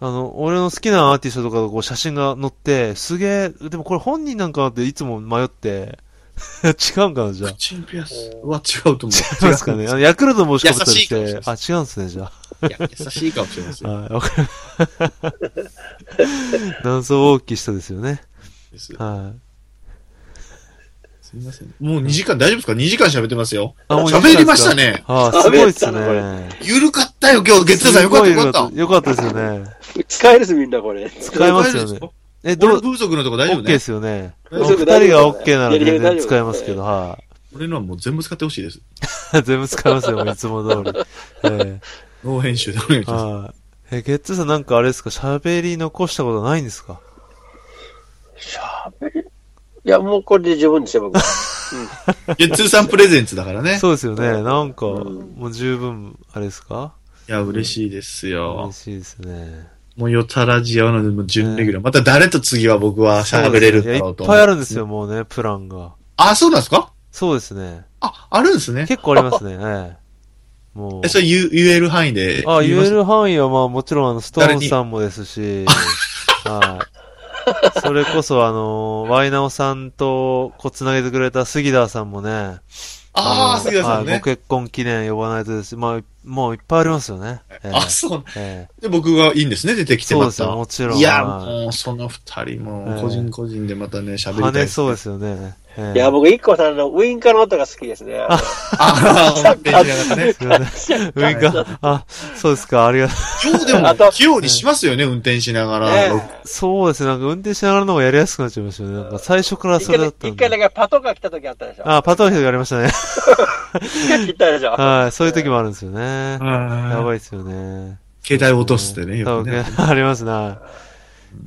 B: あの、俺の好きなアーティストとかのこう写真が載って、すげえ、でもこれ本人なんかなっていつも迷って、 違うんかな、じゃあ
A: す。。チンピアスは違うと思う。
B: 違うんですかね。あの、ヤクルトもしかぶったりし
A: 優しいかもしれ
B: て
A: ない。
B: あ、違うんですね、じゃ
A: いや、優しいかもしれませ
B: あ。
A: ん。
B: はい、わかりました。 断層大きい人ですよね。
A: です
B: はい。
A: すみません。もう2時間、大丈夫ですか ?2 時間喋ってますよ。
B: あもう
A: 喋りました
B: いいです
A: ね。
B: か。ああ、すごいですね。
C: 喋った
A: ゆるかったよ、今日。月曜さん、よかった、よかった。
B: よかったですよね。
C: 使えるです、みんなこれ。
B: 使えますよね。え、ど
A: 俺
B: う、
A: 風俗のとこ大丈
B: オ
A: 夫
B: ッケーで
A: ね。
B: すよね。
A: 大
B: お
A: 丈夫
B: 二人が OK なら全
C: 大丈夫
B: 然
C: です
B: 使えますけど、はい。
A: 俺のはもう全部使ってほしいです。
B: 全部使いますよ、いつも通り。え
A: ノー編集でお願いし
B: え
A: ま
B: はい。え、ゲッツーさんなんかあれですか、喋り残したことないんですか
C: 喋りいや、もうこれで十分ですよ、僕。
A: す。月通さんプレゼンツだからね。
B: そうですよね。なんか、
C: うん
B: もう十分、あれですか
A: いや、嬉しいですよ
B: 嬉。しいですね。
A: もうよたらじよの準レギュラー。また誰と次は僕は喋れるんだろうと
B: いやいっ
A: 思
B: ぱ
A: う。
B: いあるんですよ、もうね、プランが。
A: あ、そうなんですか
B: そうですね。
A: あ、あるんですね。
B: 結構ありますね、ええ。もう
A: え、。それ言う言える範囲で。
B: あ、言え
A: ます
B: る範囲は、まあもちろん、あの、ストーンさんもですし、はい。それこそ、あの、ワイナオさんと、こう、つなげてくれた杉田さんもね、
A: あ
B: の
A: あ、杉田さん
B: はい
A: ね
B: ご。結婚記念呼ばないとですし、まあ、もういっぱいありますよね。ええ
A: あ、そう。
B: ええ
A: で、僕がいいんですね、出てきて
B: そう
A: ま
B: ですよ、
A: た。
B: もちろん。
A: いや、
B: は
A: もう、その二人
B: え
A: も
B: え、
A: 個人個人でまたね、
B: い
A: 喋りた
B: 跳
A: い。
B: ねそうですすよね。ええ
C: いや、僕、一個さんのウインカーの音が好きですね。
A: ああ、練習が ね。
B: す いません。ウィンカー、あ、そうですか、ありがと
A: 今日で
C: あ
A: も
C: と、
A: 器用にしますよね、運転しながら。
C: ね
B: う。そうですね、なんか運転しながらの方がやりやすくなっちゃいましたよね。なんか最初から
C: 一
B: それ
C: 回
B: だ
C: だ
B: った
C: け、
B: ん
C: 一回だ
B: で。
C: けパトカー来た時あったでしょ。
B: あ、パトワークがあり ましたね。
C: 一回切ったでしょ。
B: はい、そういう時もあるんですよね。や
A: あ
B: ば
A: あ
B: いですよね。
A: 携帯落とすってね、
B: そ
A: よ
B: う
A: くね。
B: ありますね。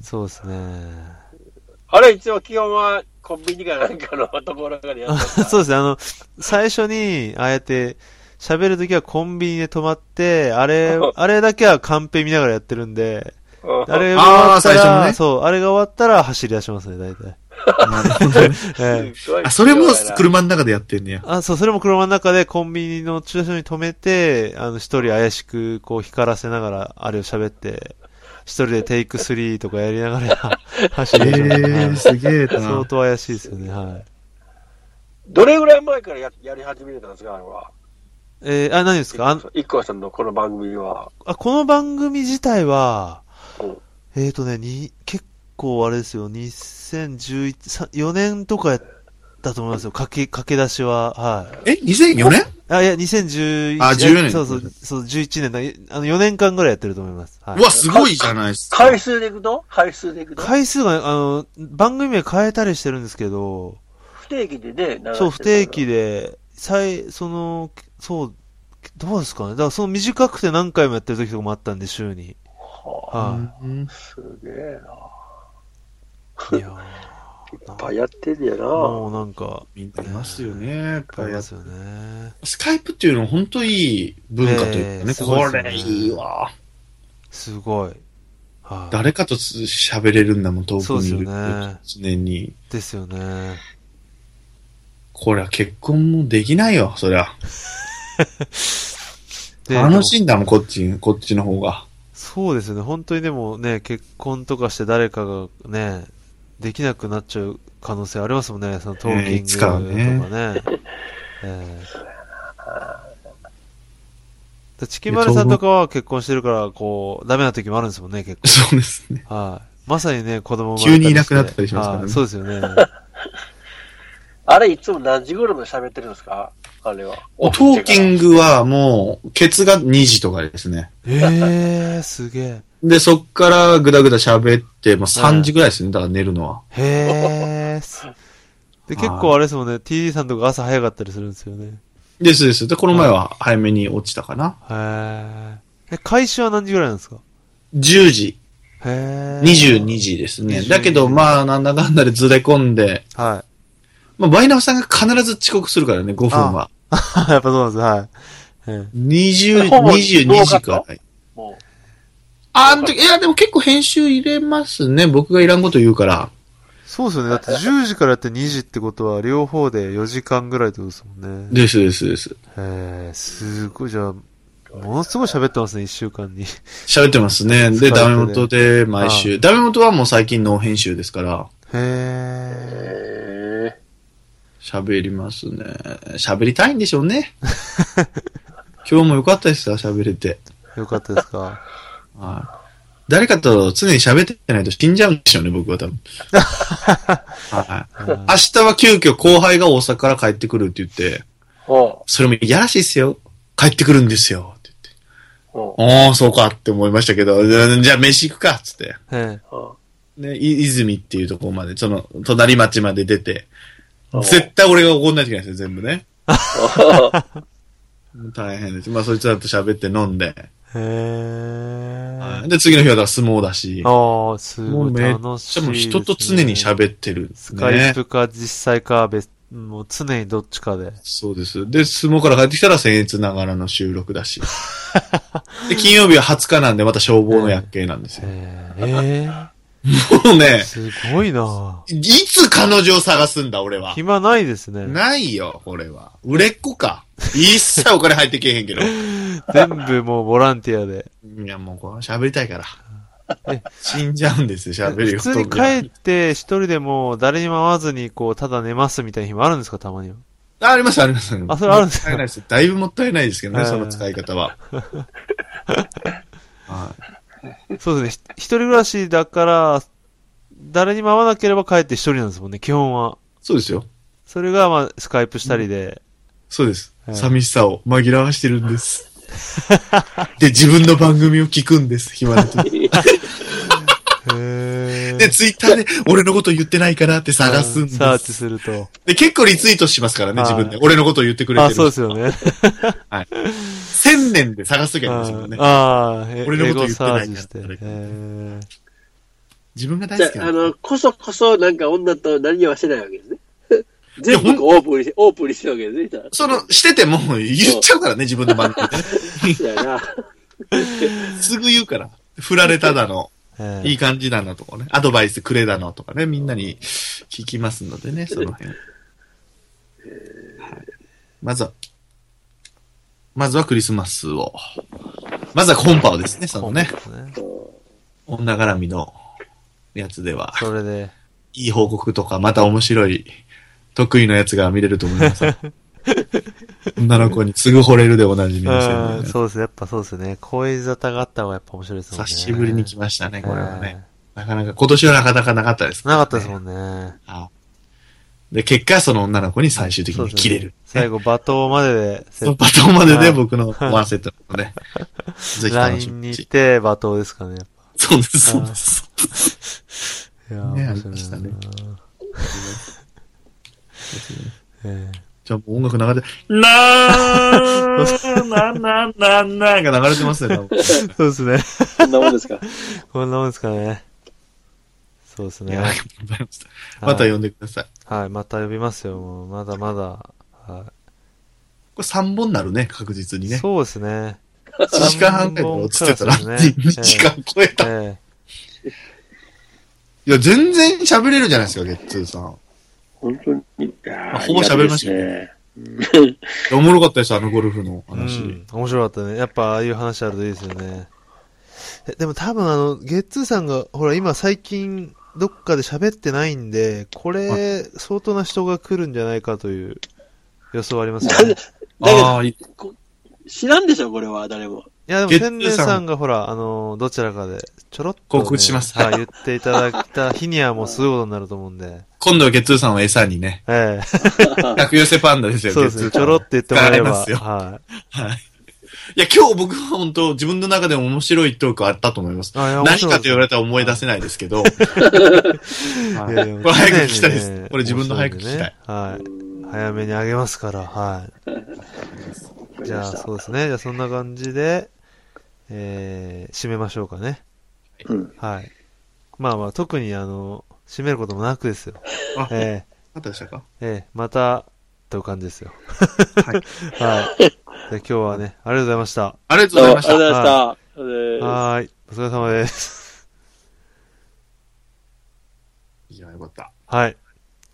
B: そうですね。
C: あれ、一応気温はコンビニかなんかのところからやっ
B: あ
C: て
B: そうですね、あの、最初に、ああやって、喋るときはコンビニで泊まって、あれ、あれだけはカンペ見ながらやってるんで、
C: た。
B: あれ
A: あー
B: が終わったら
A: 最初のね
B: そう、あれが終わったら走り出しますね、大体。
A: なるほどね
B: ええ
C: すご い
A: あ、それも車の中でやってんねや。
B: あ、そう、それも車の中でコンビニの駐車場に止めて、あの、一人怪しく、こう、光らせながら、あれを喋って、一人でテイク3とかやりな がら走
A: ええ
B: り出しますね。はい
A: ー、すげえ
B: 相
A: な。
B: 当怪しいですよね、はい。
C: どれぐらい前からややり始めてたんですか、あれは。
B: えーあ、何ですかあ
C: 一個さんのこの番組は。
B: あ、この番組自体は
C: うん、
B: えーとね、に、結構あれですよ、2011、さ4年とかやったと思いますよ、かけ、駆け出しは、はい。
A: え、2004年
B: あ、いや、2011
A: あ14年。
B: そうそう、そう、11年だ。あの、4年間ぐらいやってると思います。はいう
A: わ、すごいじゃないですか。
C: 回数でいくと回数でいくと
B: 回数が、あの、番組名変えたりしてるんですけど、
C: 不定期でね、流してるから
B: そう、不定期で、最、その、そう、どうですかね。だから、その短くて何回もやってる時とかもあったんで、週に。
C: はあ
B: は
A: うん
C: すげえな。
B: い。い や
C: いっぱいやってんねやな。
B: ーもうなんか、
A: みんないますよね。やっ
B: あ
A: ぱ
B: り
A: や
B: ま
A: っ
B: すよね。
A: スカイプっていうのは本当いい文化というか
B: ええ
A: ね、
B: すご
A: こ
B: いですね
A: れいいわ。
B: すごい。はい。
A: 誰かとつ喋れるんだもん、遠くにいると
B: そうですよね
A: 常に。
B: ですよね。
A: こりゃ結婚もできないよ、そりゃ。
B: で
A: 楽しいんだもん、こっち、こっちの方が。
B: そうですよね。本当にでもね、結婚とかして誰かがね、できなくなっちゃう可能性ありますもんね。そのトーキン
A: ええい
B: グ
A: つ
B: と
A: か
B: か
A: はね
B: ね。ええでチキンマリさんとかは結婚してるから、こう、ダメな時もあるんですもんね、結構。
A: そうですね。
B: はい。まさにね、子供も。
A: 急にいなくなったりしますからね
B: はいそうですよね。
C: あれ、いつも何時頃まで喋ってるんですかあれは。
A: トーキングはもう、ケツが2時とかですね。
B: ええー、すげえ。
A: で、そっからぐだぐだ喋って、まあ、3時ぐらいですね、だから寝るのは。
B: へえ。すで、結構あれですもんね、TD さんとか朝早かったりするんですよね。
A: ですです。で、この前は早めに落ちたかな。
B: へえ。え、開始は何時ぐらいなんですか
A: 10時、
B: へえ。
A: 22。時ですね。だけど、まあ、なんだかんだでずれ込んで、
B: はい。
A: まあ、バイナフさんが必ず遅刻するからね、5分は。
B: やっぱそうなんです、はい。え
A: 20、
C: ほぼ
A: 22時か
C: ノーカ
A: ら。
C: も
A: あの時、いや、でも結構編集入れますね。僕がいらんこと言うから。
B: えそうですよね。だって10時からやって2時ってことは、両方で4時間ぐらいってことですもんね。
A: ですですです。
B: へえ、すごい、じゃあ、ものすごい喋ってますね、1週間に。
A: 喋ってますね。
B: 疲れ
A: で、
B: てね
A: ダメ元で毎
B: は
A: 週。ダメ元はもう最近ノー編集ですから、
C: う。
B: へえ。
C: へえ。
A: 喋りますね。喋りたいんでしょうね。今日も良かったですよ、喋れて。
B: よかったですか。
A: はい誰かと常に喋ってないと死んじゃうんでしょうね、僕は多分。はい
B: あー
A: 明日は急遽後輩が大阪から帰ってくるって言って、
C: ほ
A: それもいやらしいっすよ。帰ってくるんですよ。って
C: う。ほ
A: 言って。ああ、そうかって思いましたけど、うんじゃあ飯行くかっつって。
B: え
C: う。ほ
A: ね、い泉っていうところまで、その、隣町まで出て、
C: う
A: 絶対俺が怒んないといけないですよ、全部ね。大変です。まあ、そいつらと喋って飲んで。
B: え。へえ。
A: はいで、次の日はだから相撲だし。
B: ああ、す
A: も
B: ご
A: う
B: い
A: めっ
B: 楽し
A: ち
B: い、
A: ゃもう人と常に喋ってるんです
B: ス
A: ね。
B: カイプか実際か別、もう常にどっちかで。
A: そうです。で、相撲から帰ってきたら僭越ながらの収録だし。 で、金曜日は20日なんでまた消防の夜景なんですよ。
B: ええ
A: もうね、
B: すごいな
A: いつ彼女を探すんだ、俺は。
B: 暇ないですね。
A: ないよ、これは。売れっ子か。一切お金入ってけえへんけど。
B: 全部もうボランティアで。
A: いや、もうこの喋りたいから
B: え。
A: 死んじゃうんですよ、喋る
B: 普
A: よ。
B: 通に帰って一人でもう誰にも会わずにこう、ただ寝ますみたいな日もあるんですか、たまには。
A: あ、あります、あります。
B: あそれあるんですか
A: もったいないです。だいぶもったいないですけどね、
B: はい
A: その使い方 は。はい
B: そうですね。ひ一人暮らしだから、誰にも会わなければ帰って一人なんですもんね、基本は。
A: そうですよ。
B: それがまあ、スカイプしたりで。
A: そうです。
B: はい
A: 寂しさを紛らわしてるんです。で、自分の番組を聞くんです、暇な時。
B: へ
A: で、ツイッターで俺のこと言ってないかなって探すんで
B: サーチ
A: す。
B: すると。
A: で、結構リツイートしますからね、
B: はい
A: 自分で。俺のこと言ってくれてる。
B: あ、そうですよね。
A: 千年で探すときありますもんね。
B: ああ、え
A: 俺のこと言ってないから
B: 英語サーチして。
A: 誰か
B: え
A: 自分が大
C: じゃ
A: 好き
C: あ、
A: な
C: あ
A: の。
C: の、こそこそなんか女と何にはしてないわけですね。全部オープンにして、オープンにしてるわけ ですね。
A: その、してても言っちゃう からね、自分の番組でね。
C: そうやな。
A: すぐ言うから。振られただの、
B: ええ
A: いい感じだのとかね、アドバイスくれだのとかね、みんなに聞きますのでね、その辺。はいまずは、まずはクリスマスを。まずはコンパをですね、そのね、
B: そうですね
A: 女絡みのやつでは、
B: そ れで、
A: いい報告とか、また面白い、得意のやつが見れると思います。 女の子にすぐ惚れるでおなじみですよ
B: う
A: ね
B: ん、。そうですね。やっぱそうですね。恋沙汰があった方がやっぱ面白いですもんね。
A: 久しぶりに来ましたね、これは
B: え
A: ね。なかなか、今年はなかなかなかったです
B: え。なかったですもんね。
A: あで、結果、その女の子に最終的
B: そう
A: に
B: ですね
A: 切れる。
B: 最後、罵倒までで、
A: そのパターンまで
B: は
A: で
B: い
A: 僕のワンセットなの で、ぜひ楽し
B: LINE
A: みに
B: に行っ。て罵倒ですかね。
A: そうです、そうです。
B: いやー、
A: ね
B: 面白い
A: あ
B: な
A: りま
B: ええ
A: じゃあもう音楽流れて、なーなーなーなーなーが流れてますね。多分
B: そうですね。
C: そんなもんですか。
B: こんなもんですかね。 そうです
A: い
B: ね
A: や。ありがとうございましたまた呼んでください。
B: はい、また呼びますよ。もうまだまだ。は
A: これ3本になるね、確実
B: い
A: にね。
B: そうですね。
A: 1時間半くらいで落ちてたら、
B: 三本クラスですね
A: 2 時間超えた。い
B: え
A: や、全然喋れるじゃないですか、ゲッツーさん。
C: 本当に。いやー
A: ほぼ喋りましたよね。おもろかったです、あのゴルフの
B: え
A: 話。
B: うん。面白かったね。やっぱ、ああいう話あるといいですよね。えでも多分あの、ゲッツーさんが、ほら、今最近、どっかで喋ってないんで、これ、相当な人が来るんじゃないかという予想はあります
C: ありが
B: ね
C: とうございますだけど、だけど
A: ああ、いい
C: 知らんでしょ、これは、誰も。
B: いや、でも、
A: 月中さ
B: 天
A: ん
B: 然さんがほら、あのー、どちらかで、ちょろっと、ね。
A: 告知します
B: はい。言っていただいた日にはもうすごいことになると思うんで。
A: 今度はゲッツーさんを餌にね、
B: え
A: 客寄せパンダです
B: え。
A: よ、
B: そうです
A: ゲ
B: ね。
A: ッツー
B: ちょ
A: さん
B: ろって言ってもらえ
A: 使
B: ば。
A: えますよ
B: はい。
A: はい。いや、今日僕は本当、自分の中でも面白いトークあったと思います。
B: あいや
A: 何
B: 面白い
A: かと言われたら思い出せないですけど。はい
B: いやいや
A: これ早く聞きたいで
B: 常にね
A: す。これ自分の早く聞きたい。
B: 面白いんでねはい。早めにあげますから、はい。じゃあ、
C: わかりました
B: そうですね。じゃあ、そんな感じで、えー、締めましょうかね。
C: うん。
B: はい。まあまあ、特に、あの、締めることもなくですよ。
A: あ、あ
B: え
A: ったでしたか
B: ー、えー、また、という感じですよ。
A: はい。
B: はい。じゃあ今日はね、ありがとうございました。
A: ありがとう
C: ど
A: ございま
C: うもあり
A: し
C: がと
A: た
C: うご。ざいました。お
B: はー
C: 疲れ様です
B: い。お疲れ様です。
A: いや、よかった。
B: はい。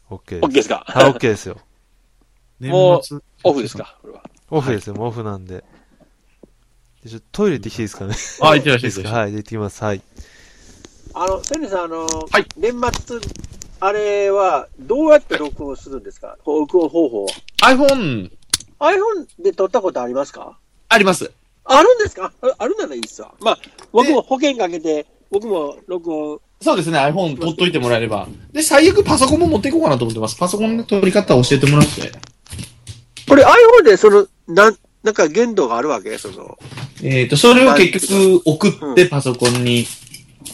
B: OK
C: オッケー
B: です。
C: ですか
B: はい、OK ですよ。
A: 年
C: もう
A: 末。
C: オフですかこれは。
B: オフですよ、もうオフなんで。ちょっとトイレ行ってきていいですかね。
A: あ、行ってらっし
B: い
A: ゃい
B: いです
A: 行ってっしゃ
B: から
A: い。
B: はい、じゃあ行ってきます。はい。
C: あの、セリさん、あの、
A: はい
C: 年末、あれは、どうやって録音するんですか録音方法
A: iPhone、
C: は。iPhone で撮ったことありますか
A: あります。
C: あるんですかああるならいいっすわ。まあ、僕
A: で
C: も保険かけて、僕も録音、
A: そうですね、iPhone 取っといてもらえれば。で、最悪パソコンも持っていこうかなと思ってます。パソコンの取り方を教えてもらって。
C: これ iPhone でその、なん、なんか限度があるわけその、
A: えっ、と、それを結局送ってパソコンに、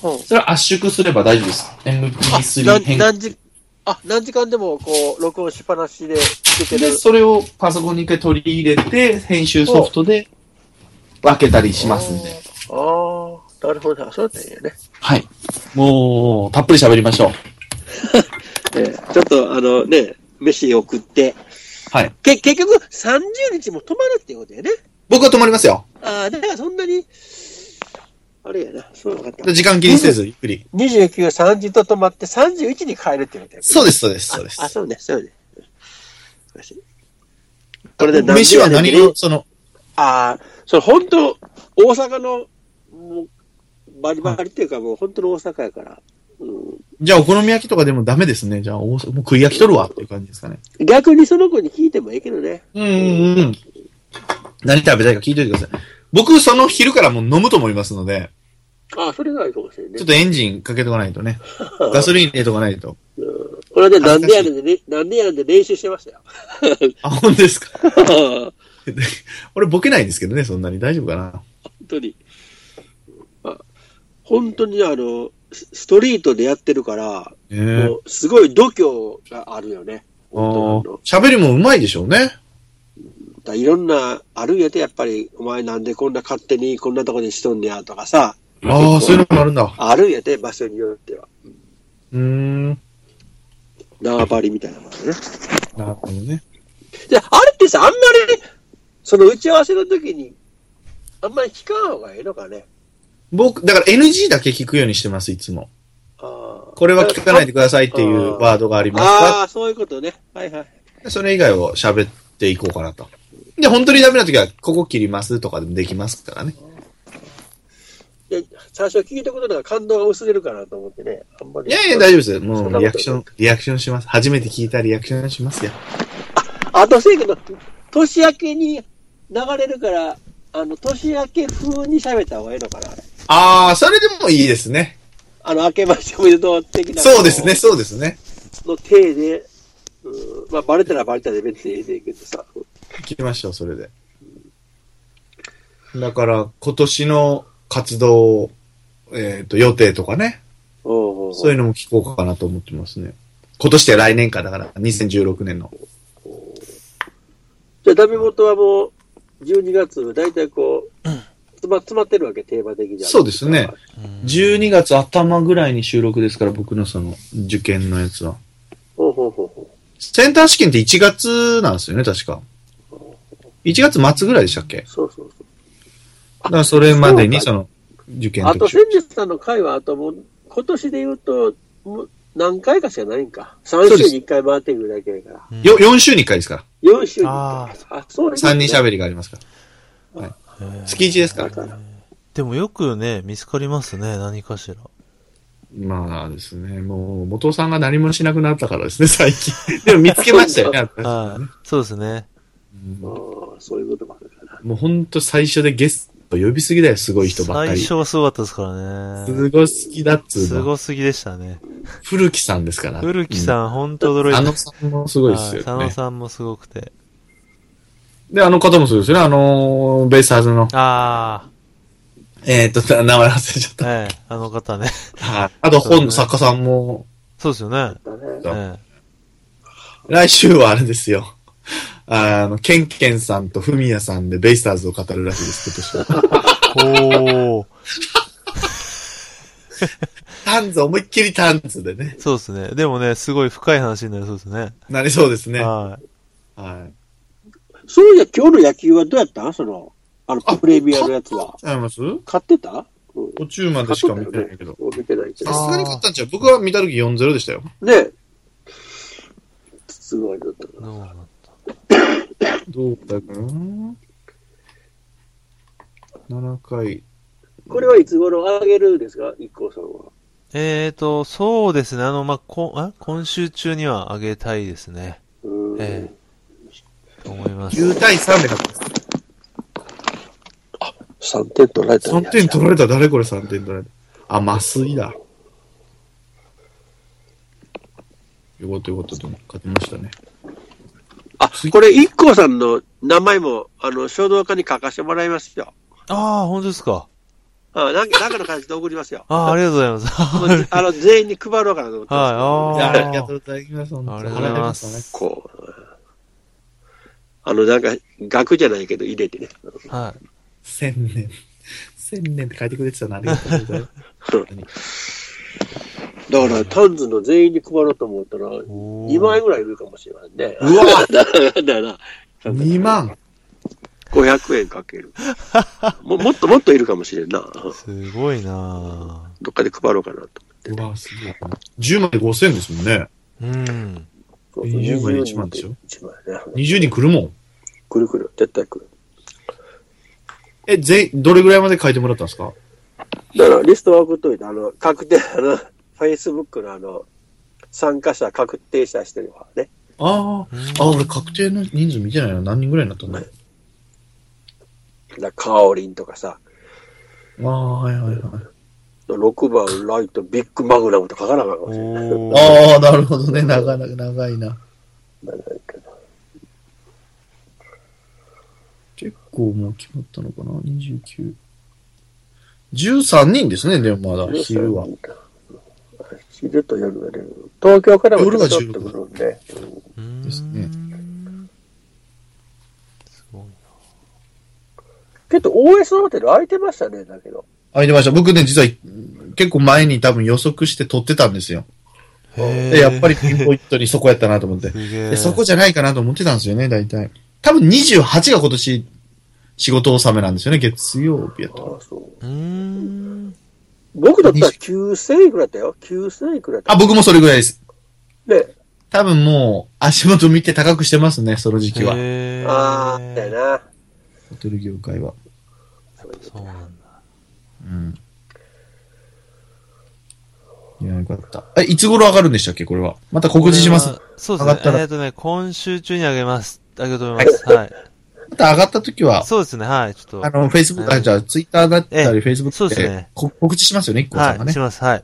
A: それを圧縮すれば大丈夫です。MP3
C: 何
A: 変
C: 何時、あ、何時間でもこう、録音しっぱなしで聞けて
A: で、
C: る。
A: それをパソコンに一回取り入れて、編集ソフトで分けたりしますんで。
C: あーあー、なるほど。そうだったんやね。
A: はい。もう、たっぷり喋りましょう。
C: ええちょっとあのね、飯送って。
A: はい。
C: け、結局30日も泊まるってことやね。
A: 僕は止まりますよ。
C: ああ、だからそんなに、あれやな、そうなかった。
A: 時間気にせず、ゆっくり。
C: 29が30と泊まって31に帰るってことやね。
A: そうです、そうです、そうで
C: あ、
A: す。
C: そうね、そうね。よしこれで何
A: 飯は何
C: 時まで
A: を、その、
C: ああ、それ本当、大阪の、もう、バリバリっていうか、もう本当の大阪やから。う
A: じゃあお好み焼きとかでもダメですね。じゃあ、おもう食い焼きとるわっていう感じですかね。
C: ん、逆にその子に聞いてもいいけどね。
A: うんうんうん。何食べたいか聞いといてください。僕、その昼からもう飲むと思いますので、
C: ああ、それがいいかもしれんね。
A: ちょっとエンジンかけとかないと ね。ガソリン入れとかないと。
C: これでなんでやねんでね、なんでやねんで練習してまし たよ。
A: あ、本当ですか。
C: 本
A: 俺ボケないですけどね、そんなに。大丈夫かな。
C: 当に。あ本当にあの、スストリートでやってるから、
A: え
C: もうすごい度胸があるよね。本当にあの
A: 喋りもうまいでしょうね。
C: だからいろんな、あるんやて、やっぱり、お前なんでこんな勝手にこんなとこにしとんねやとかさ、
A: ああ、そういうのもあるんだ。
C: あるんやて、場所によっては。
A: うーん。
C: 縄張りみたいなものね。
A: なるほどね。
C: で、あれってさ、あんまり、その打ち合わせの時に、あんまり聞かん方がいいのかね。
A: 僕、だから NG だけ聞くようにしてます、いつも。
C: あ
A: これは聞かないで
C: く
A: くださいっていうワードがあり
C: だ
A: ま
C: さ
A: す
C: ああ、そういうことね。はいはい。
A: かそれ以外を喋っていこうかなと。で、本当にダメな時は、ここ切りますとかでもできますからね。
C: で最初聞いたことだから感動が薄れるかなと思ってね。あんまり。
A: いやいや、大丈夫ですよ。も
C: そんな
A: う、リ
C: こと
A: アクション、リアクションします。初めて聞いたリアクションしますよ。
C: あとせやけど、年明けに流れるから、あの、年明け風に喋った方がいいのかな。あれ
A: ああ、それでもいいですね。
C: あの、明けましておめでとう的な。
A: そうですね、。そうですね。
C: の体で、うん、まあ、バレたらバレたで別にいいねんけどさ。
A: 聞きましょう、それで。だから、今年の活動、えっ、と、予定とかね。
C: おうおうおう
A: そういうのも聞こうかなと思ってますね。今年で来年か、だから、2016年の。
C: じゃあ、ダメ元はもう、12月、大体こう、詰ま詰まってるわけ、テーマ的には。
A: そうですね。
B: うん
A: 12月頭ぐらいに収録ですから、僕のその、受験のやつは。
C: ほうほうほうほう。
A: センター試験って1月なんですよね、確か。1月末ぐらいでしたっけ
C: そうそうそ
A: だからそれまでにその、受
C: う。
A: 験
C: あと、
A: 特集
C: 先日さんの回は、あともう、今年で言うと、もう何回かしかないんか。3
A: そうで
C: 週
A: す
C: に1回回ってくるだけやから。
B: うん
A: よ、4週に1回ですから。
C: 4週に1回。
B: あ
C: あ、そうです
A: 3人
C: べ
A: 喋りがありますから。月1ですから。
C: から。
B: でもよくね、見つかりますね、何かしら。
A: まあですね、もう、元尾さんが何もしなくなったからですね、 最近。でも見つけましたよね、
B: はい。そうですね。
A: うん
C: ああ、そういうこともあるかな。
A: もうほんと最初でゲスト呼びすぎだよ、すごい人ばっか
B: 最
A: り。
B: 初
A: す
B: はすごかったですからね。
A: ごい好きだっつう
B: す
A: の。
B: ごすぎでしたね。
A: 古木さんですから。
B: 古木さん、ほんと驚いた。
A: あのさんもすごいです
B: はい
A: よ
B: 佐
A: ね
B: 野。さんもすごくて。
A: で、あの方もそうですよね。あのーベイスターズの、
B: あ
A: えっ、ー、と、名前忘れちゃっ
B: あ、
A: た。
B: ええ、あの方ね。
A: はい。あと、本の作家さんも、
B: そうですよね。
A: そう
B: え
A: 来週はあれですよ。あの、ケンケンさんとフミヤさんでベイスターズを語るらしいです、今 年は。
B: え、おー。
A: タンズ、思いっきりタンズでね、
B: そうですね。でもね、すごい深い話になりそうですね。
A: なりそうですね。は
B: はい。
A: い。
C: そういや、今日の野球はどうやったその、あの、プレミアのやつは。
A: ちゃいます
C: 買ってたうん
A: 途中までしか見てないけど。
C: 買ってたよね見てないけ
A: さ
C: ど。
A: すがに勝ったんちゃう僕は見た時4-0でしたよ。
C: ねえすごいだったな。
B: どうなん
A: どうだかな ?7 回。
C: これはいつ頃あげるんですか一行さんは。
B: えーと、そうですね。あの、まあ、こん、あ今週中にはあげたいですね。
C: うーん。
B: ええと思います。
A: 9対3で勝った。
C: 3点取られた
A: 3点取られた誰これ3点取られたあ、麻酔だ。よかったよかったでも勝てましたね。
C: あ、これ、一行さんの名前も、あの、衝動家に書かせてもらいますよ。
B: ああ、本当ですか。
C: うん、なんか、中の感じで送りますよ。
B: ああ、ありがとうございます。
C: もう あの、全員に配ろうかなと思ってま
B: は
C: す。
B: いあー
A: いやありがとうございます。本当
B: ありがとうございます
C: こう、あの、なんか、額じゃないけど入れてね。
B: はい。
A: 千年。千年って書いてくれてたな。ありがとうございます。
C: だから、タンズの全員に配ろうと思ったら、
B: おー
C: 2万円ぐらいいるかもしれないね。
A: うわ
C: だから、だな。
A: 2万
C: 500円かけ る。ももっともっといるかもしれんな。うん
B: すごいな
C: どっかで配ろうかなと。
A: うわすごい。10万で5000ですもんね。
B: ぁうん。
A: 20枚で1万でしょ
C: ?1 万ね。
A: 20人来るもん。
C: くるくる、絶対くる。
A: え、全、どれぐらいまで書いてもらったんですか
C: だから、リストは送っといて、あの、確定、あの、Facebook のあの、参加者確定者してるわね。
A: ああ
B: うん。
A: あ、俺確定の人数見てないな。何人ぐらいになったんだ
C: だカオリンとかさ、
A: ああ、はいはいはい。
C: 6番ライトビッグマグナムとか書かなあかったかもしれない。
B: おー。
A: ああ、なるほどね。長いな、長いな。結構もう決まったのかな ?29。13人ですね、でもまだ、昼は。。
C: 昼と夜が出る。東京からもちょっと来るんで。
B: うーん
A: ですね
B: すごいな
C: けど、OS ホテル空いてましたね、だけど。
A: 空いてました。僕ね、実はうん結構前に多分予測して撮ってたんですよ。
B: へ
A: で、やっぱり
B: す
A: ピンポイントにそこやったなと思って。
B: げ
A: で
B: え。
A: そこじゃないかなと思ってたんですよね、大体。多分28が今年仕事納めなんですよね、月曜日やった。
C: あそう
B: うーん。
C: 僕だったら9000いくらだったよ。9000いくらだ
A: あ、
C: った。
A: 僕もそれぐらいです。
C: ね。
A: 多分もう足元見て高くしてますね、その時期は。ホ
B: へー
C: ああ、だよな。
A: テル業界は。
B: そうなんだ。
A: うん。いや、よかった。え、いつ頃上がるんでしたっけ、これは。また告知します。
B: これはそうで
A: 上がっ
B: す
A: た
B: ね。
A: ら
B: えっとね、今週中にあげます。ありがとうございます。はい。
A: また上がった時は、
B: そうですね、はい。ちょっ
A: あの、Facebook、あ、じゃあ、Twitter だったり、Facebook
B: そう
A: で
B: ですね
A: こ告知しますよね、一
B: と。
A: 個さんが
B: はい、
A: ね
B: し。ます。はい。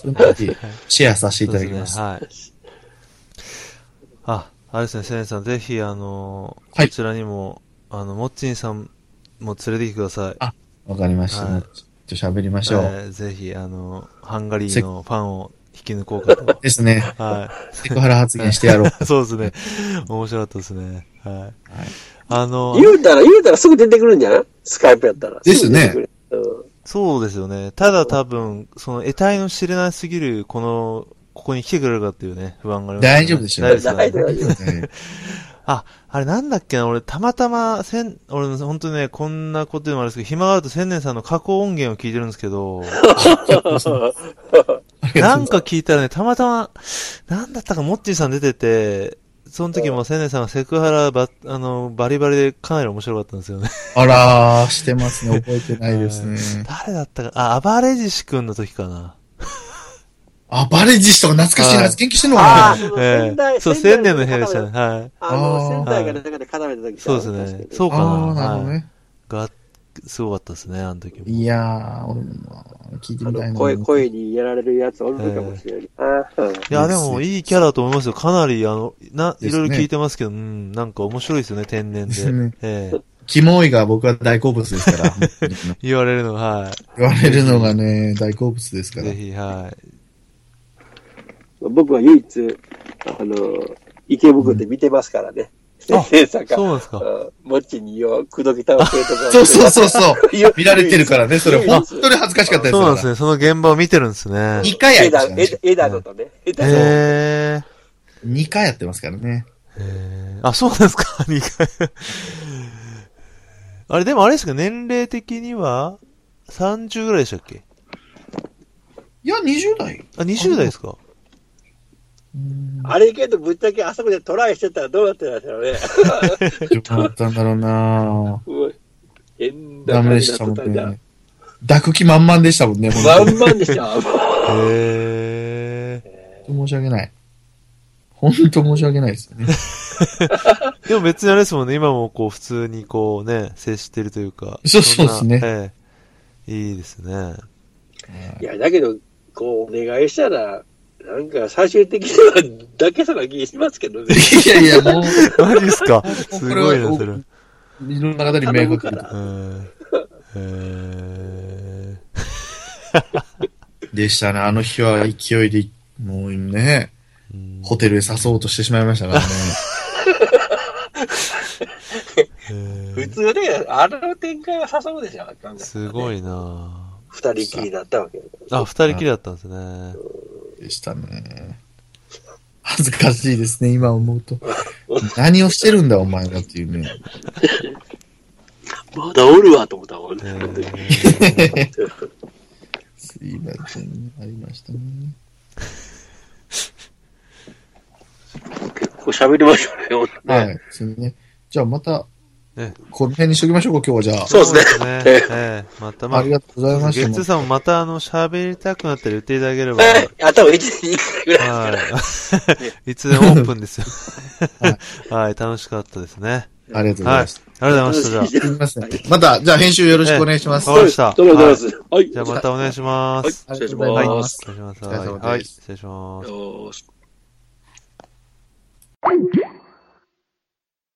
A: その時シェアさせていただきます。
B: そうですね、はい。あ、あれですね、センさん、ぜひ、あのー
A: はい
B: こちらにも、あの、モッチンさんも連れてきてください。
A: あわかりました。
B: はい
A: ちょっと喋りま
B: え
A: しょう。
B: ーぜひ、あのーハンガリーのファンを引き抜こうかと。
A: ですね。
B: は
A: セクハラ発言してや ろう。
B: い。そうですね。面白かったですね。はい。
A: はい
B: あのー
C: 言うたら、言うたらすぐ出てくるんじゃないスカイプやったら。
A: ですね
C: すぐ出てくる。うん
B: そうですよね。ただ多分、その、得体の知れなすぎる、この、ここに来てくれるかっていうね、不安があります、ね。
A: 大丈夫でしょ
B: 大丈夫
C: 大
B: です
C: 丈
B: か
C: 夫大丈夫
A: え
B: あ、あれなんだっけな、俺、たまたま、せん、俺、本当にね、こんなことでもあるんですけど、暇があると千年さんの過去音源を聞いてるんですけど、
A: ー
B: なんか聞いたらね、たまたま、なんだったか、モッチーさん出てて、その時も千年さんがセクハラば、あの、バリバリでかなり面白かったんですよね。
A: あらー、してますね。覚えてないですね。
B: 誰だったか、あ、アバレジシ君の時かな。
A: 暴れ獅子とか懐かしい
B: は
A: な。
B: い
A: 研究してんの
C: あ
A: かな
C: あその
B: え
C: 仙台
B: えそう、
C: 仙
B: 千
C: 台
B: 年
C: の
B: の部屋でした
C: 方
B: ね。はい。
C: あの、
A: あー
C: 仙台が中で固めた時
B: そうですね
C: 確かに
B: そうかな
A: ああ、なるほどね。
B: が、すごかったですね、あの時も。
A: いやー、俺も聞いて
C: あ
A: みたい
C: の
A: な。
C: 声、声にやられるやつおるかもしれない。ああうん
B: いや、でも、いいキャラと思いますよ。かなり、あの、な、いろいろ聞いてますけど、うん、なんか面白いですよね、天然
A: です
B: で。
A: ね。
B: ええ
A: キモいが僕は大好物です から。本当に
B: 言われるのが、は
A: 言われるのがね、大好物です
B: い。
A: から
B: ぜ。ひ、はい。
C: 僕は唯一、あの、池袋で見てますからね。
B: うんあ
C: 先生が
B: そうなんですか。
C: うんもっちによ、くどき倒してとか。
A: そうそうそうそう。
C: 言う
A: 見られてるからね、それ。本当に恥ずかしかったですか
B: そうなん
A: ら
B: ですね。その現場を見てるんですね。
A: 二回やりましたね
C: 枝、枝枝野とね。枝野
B: へえ。
A: 2回やってますからね。
B: へえ。あ、そうなんですか 二回。あれ、でもあれですか年齢的には、30ぐらいでしたっけ
A: いや、20代。
B: あ、20代ですか
A: うん
C: あれけど、ぶっちゃけあそこでトライしてたらどうなってたんだろうね。
A: よかったんだろうな
C: もう変な
A: ダメ
C: 感
A: で
C: じ
A: し
C: に
A: た
C: な
A: もん
C: ってたんじゃん
A: ね。。抱く気満々でしたもんね、
C: ま
A: 本
C: んまんでし
B: へ
C: ょ。
B: え。
A: 当に申し訳ない。本当申し訳ないですよね。
B: でも別にあれですもんね、今もこう普通にこうね、接してるというか。
A: そう
B: そんな
A: そうです
B: ええいいですね。
C: いや、だけど、こう、お願いしたら、なんか最終的にはだけさな気しますけ どね。
A: いやいや、もう、
B: マジっすかすごいな、それ。うん。
A: いろんな方に迷惑かけて
B: へ
A: でしたね。あの日は勢いで、もうね、
B: えうん
A: ホテルへ誘おうとしてしまいましたからね。
B: へえ
C: 普通ね、あの展開は誘うでしょ、なんか
B: すごいな
C: 二人きりだったわけ。
B: あ、二人きりだったんですね。
A: でしたね。恥ずかしいですね、今思うと。何をしてるんだ、お前はっていうね。
C: まだおるわと思ったもんね。
B: ええ
A: すいません、ありましたね。
C: 結構喋りましたね、ほんとね
A: はい、ですね。じゃあまた
B: え、
A: この辺にしときましょうか、今日はじ
C: そうですね。
B: ね。
C: ええ
B: ええまた
A: ゃあ。
B: ま
A: ありがとうございま
B: ゲッツ
A: し
B: ー
A: た。
B: さんもまたあの、喋りたくなったら言っていただければ。
C: はいあと1日回ぐらいですから。
B: はい。い つでもオープンですよ。 はい、楽しかったですね。
A: ありがとうございま
B: はい。あり
A: す。
B: がとうございました。じ ゃあ。
A: すいません。また、じゃあ編集よろしくお願いします。
B: ええ
A: あ
B: わか
C: そ
B: り
C: う
B: ま
C: で
B: し
C: す。
B: た
C: どうもどうもです。はい。
B: じゃあまたお願いしま
C: はい
B: す。
A: りがとうご
C: お
A: ざ
C: 願
A: い
C: いし
A: ま
C: ます
A: す。お疲
B: 失礼します。
A: れ様です
B: はい。失礼します。
C: よーし。